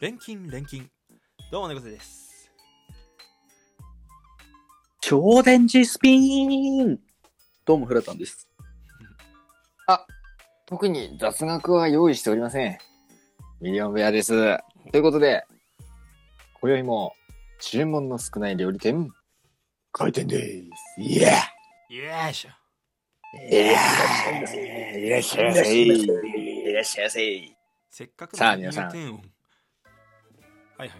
錬金錬金どうも猫背です超電磁スピンどうも、フラタンです。特に雑学は用意しておりません。ミリオンベアです。ということで、今宵も注文の少ない料理店、開店です。いやよいしょいやいらっしゃいませ。いらっしゃいませ。せっかくさあ皆さん入店音はいはいはい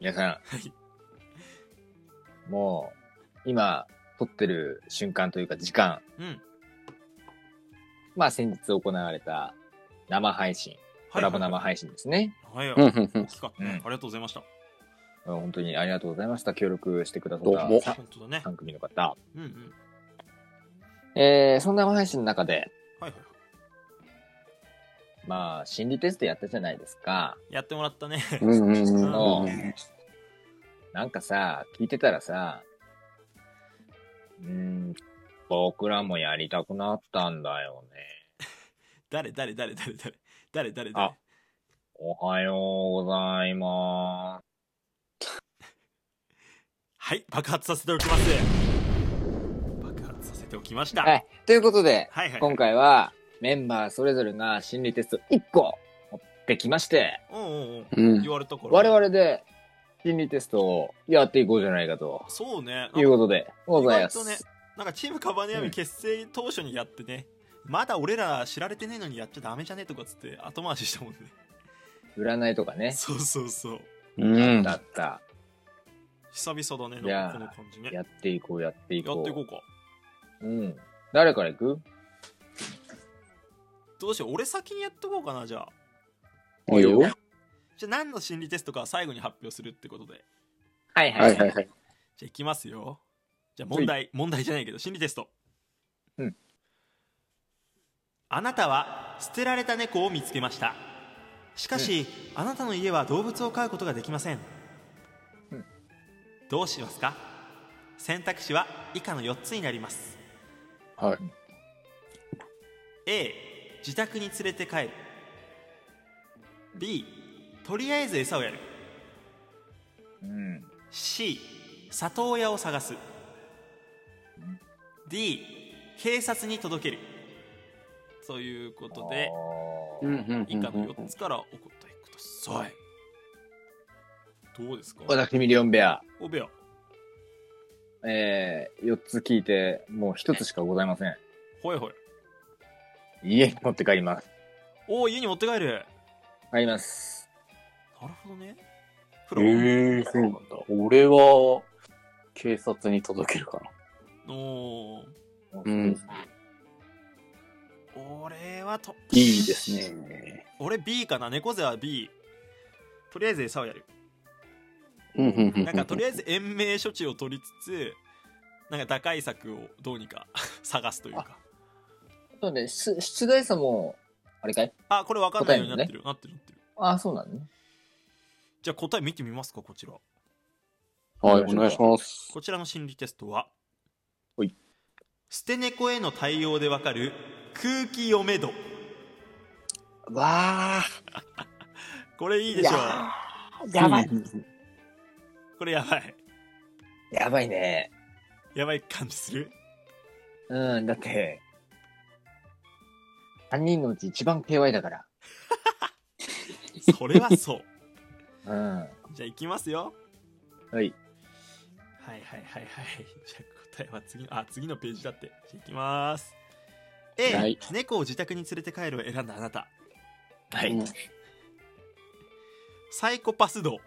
皆さはいん、もう、今、撮ってる瞬間というか時間、うんまあ先日行われた生配信、コラボ生配信ですね。はいはいうんはいうんうん大。きかったねうんありがとうございました本当にありがとうございました。協力してくださったどうもさ本当だね3組の方。うんうんえー、そんな生配信の中で、はいはいはまあ、心理テストやったじゃないですか。いやってもらったねうんうんうんそううんなんかさ、聞いてたらさ、うーん、僕らもやりたくなったんだよね。誰誰誰誰誰誰誰誰あおはようございまはい爆発させておきます爆発させておきましたす。はい。ということで、はいはい今回はメンバーそれぞれが心理テスト1個持ってきまして、おうんうんううんん言われたから我々で心理テストをやっていこうじゃないかとそうねいうことでございま意外とねす。なんかチームカバネアミ結成当初にやってね、まだ俺ら知られてねえのにやっちゃダメじゃねえとかっつって後回ししたもんね。占いとかね、そうそうそう。うんだった。久々だね、いやなんーかこの感じね。ややっていこう、やっていこう。っていこうか。うん。誰から行くどうしよう、俺先にやっとこうかな、じゃあ。いいよ。はじゃあ何の心理テストか最後に発表するってことで。はいいはいはい。じゃあいきますよ。じゃあ問題、問題じゃないけど、心理テスト。うん。あなたは捨てられた猫を見つけました。しかし、あなたの家は動物を飼うことができません。うんどうしますか選択肢は以下の4つになります。はい。 A 自宅に連れて帰る B とりあえず餌をやるうん。 C 里親を探す D 警察に届けるということであーうんうん以下の4つからお答えくださいどうですか私ミリオンベア、おべやえー、4つ聞いて、もう1つしかございません。ほいほい家に持って帰ります。おお家に持って帰る帰ります。なるほどねプロ、ええ、そうなんだ。俺は、警察に届けるかおーうん俺はとな。いいですね。俺 B かな猫背は B とりあえず餌をやるうんうんうん。なんかとりあえず延命処置を取りつつなんか打開策をどうにか 探すというかそうね、し出題者も、あれかいあこれ分かんないようになってる、なってるなってるああ、そうなのね。じゃあ答え見てみますかこちらはい、お願いします。こちらの心理テストはほい捨て猫への対応でわかる空気読め度わあ、これいいでしょやばい。これやばいやばいね。やばい感じするうん、だって、3人のうち一番 KY だから。それはそううん。じゃあいきますよはい。はいはいはいはい。じゃあ答えは次の、あ、次のページだって。じゃあいきます。A、はい猫を自宅に連れて帰るを選んだあなた。はい。うんサイコパス度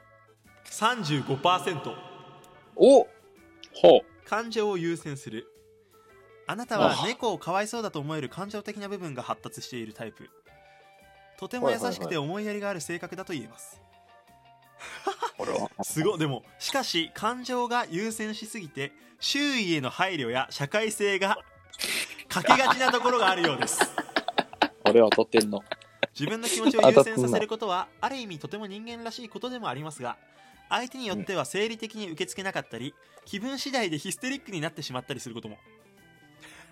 35%。おほう。感情を優先する。あなたはあ猫をかわいそうだと思える感情的な部分が発達しているタイプ。とても優しくて思いやりがある性格だと言えます。 すごいでもしかし感情が優先しすぎて周囲への配慮や社会性が欠けがちなところがあるようです あれ当たってんの。自分の気持ちを優先させることはある意味とても人間らしいことでもありますが相手によっては生理的に受け付けなかったり気分次第でヒステリックになってしまったりすることも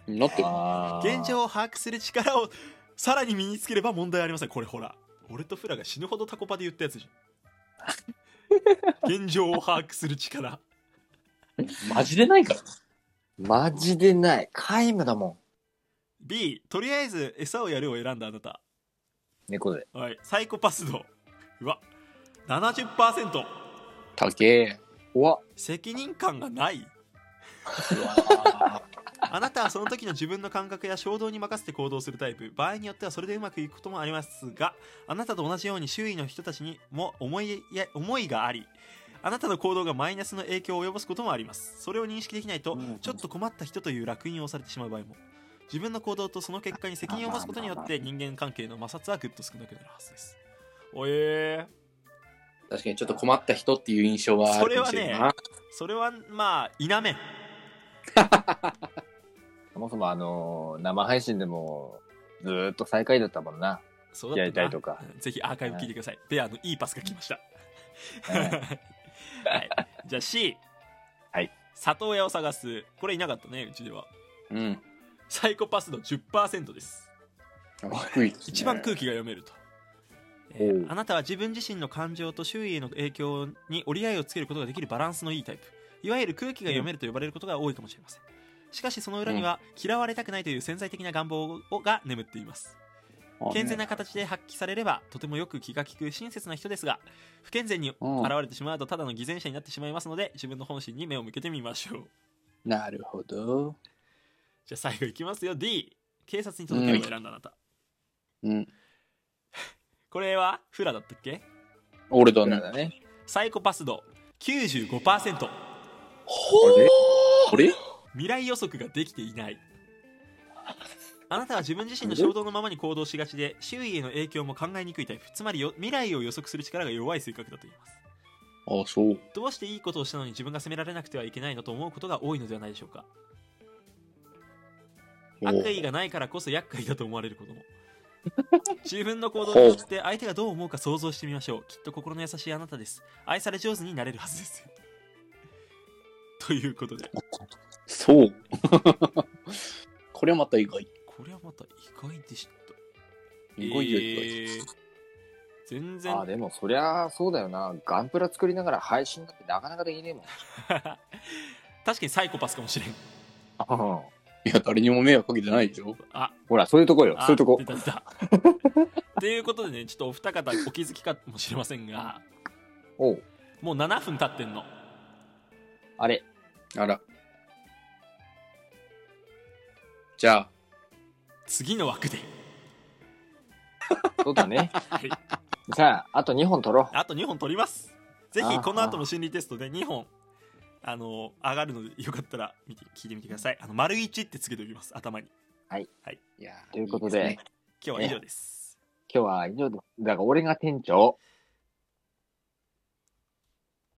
なってるあー現状を把握する力をさらに身につければ問題ありませんこれほら俺とフラが死ぬほどタコパで言ったやつじ現状を把握する力マジでないから。マジでない。皆無だも B とりあえず餌をやるを選んだあなたん。猫で。はいサイコパス度うわ70%たけうわ、責任感がないあなたはその時の自分の感覚や衝動に任せて行動するタイプ場合によってはそれでうまくいくこともありますがあなたと同じように周囲の人たちにも思いや思いがありあなたの行動がマイナスの影響を及ぼすこともありますそれを認識できないとうんちょっと困った人という烙印をされてしまう場合も自分の行動とその結果に責任を持つことによって人間関係の摩擦はぐっと少なくなるはずですおえー、確かにちょっと困った人っていう印象はあるかもしれんそれなはそれはまあ否めんそもそもあのー生配信でも、ずーっと最下位だったもん な。そうだったなやりたいとかうんぜひアーカイブ聞いてください、ベアのいいパスが来ましたうんはい、じゃあ C はい里親を探すこれいなかったねうちではうん。サイコパス度10%です低い。一番空気が読めると、えおーうあなたは自分自身の感情と周囲への影響に折り合いをつけることができるバランスのいいタイプいわゆる空気が読めると呼ばれることが多いかもしれませんしかしその裏には嫌われたくないという潜在的な願望をが眠っています健全な形で発揮されればとてもよく気が利く親切な人ですが不健全に現うんれてしまうとただの偽善者になってしまいますので自分の本心に目を向けてみましょうなるほど。じゃあ最後いきますよ D 警察に届けるを選んだあなた、うん。これはフラだったっけ俺だ僕らね。だね。サイコパス度95%ほーあれ未来予測ができていないあなたは自分自身の衝動のままに行動しがちで周囲への影響も考えにくいタイプつまりよ未来を予測する力が弱い性格だと言いますあ、そう。どうしていいことをしたのに自分が責められなくてはいけないのと思うことが多いのではないでしょうか悪意がないからこそ厄介だと思われる ことも自分の行動によって相手がどう思うか想像してみましょうきっと心の優しいあなたです愛され上手になれるはずです ということでそう。 これはまた意外。これはまた意外でした意外や意えー全然あ、でもそりゃそうだよな。ガンプラ作りながら配信だってなかなかできねえもん。 確かにサイコパスかもしれん外。いや、誰にも迷惑かけてないでしょ。あほら、そういうとこよ。あそういうとこ出。た出た ということでねちょっとお二方お気づきかもしれませんがおうもう7分経ってんのあれ。あら。じゃあ、次の枠でそうだね。 はいじゃあ、あと2本取ろあと2本取ります。ぜひあこの後の心理テストで2本あの上がるのでよかったら見て聞いてみてください。あの丸1ってつけておきます頭に。いやということでいいすね今日は以上です。う。今日は以上です。だから俺が店長。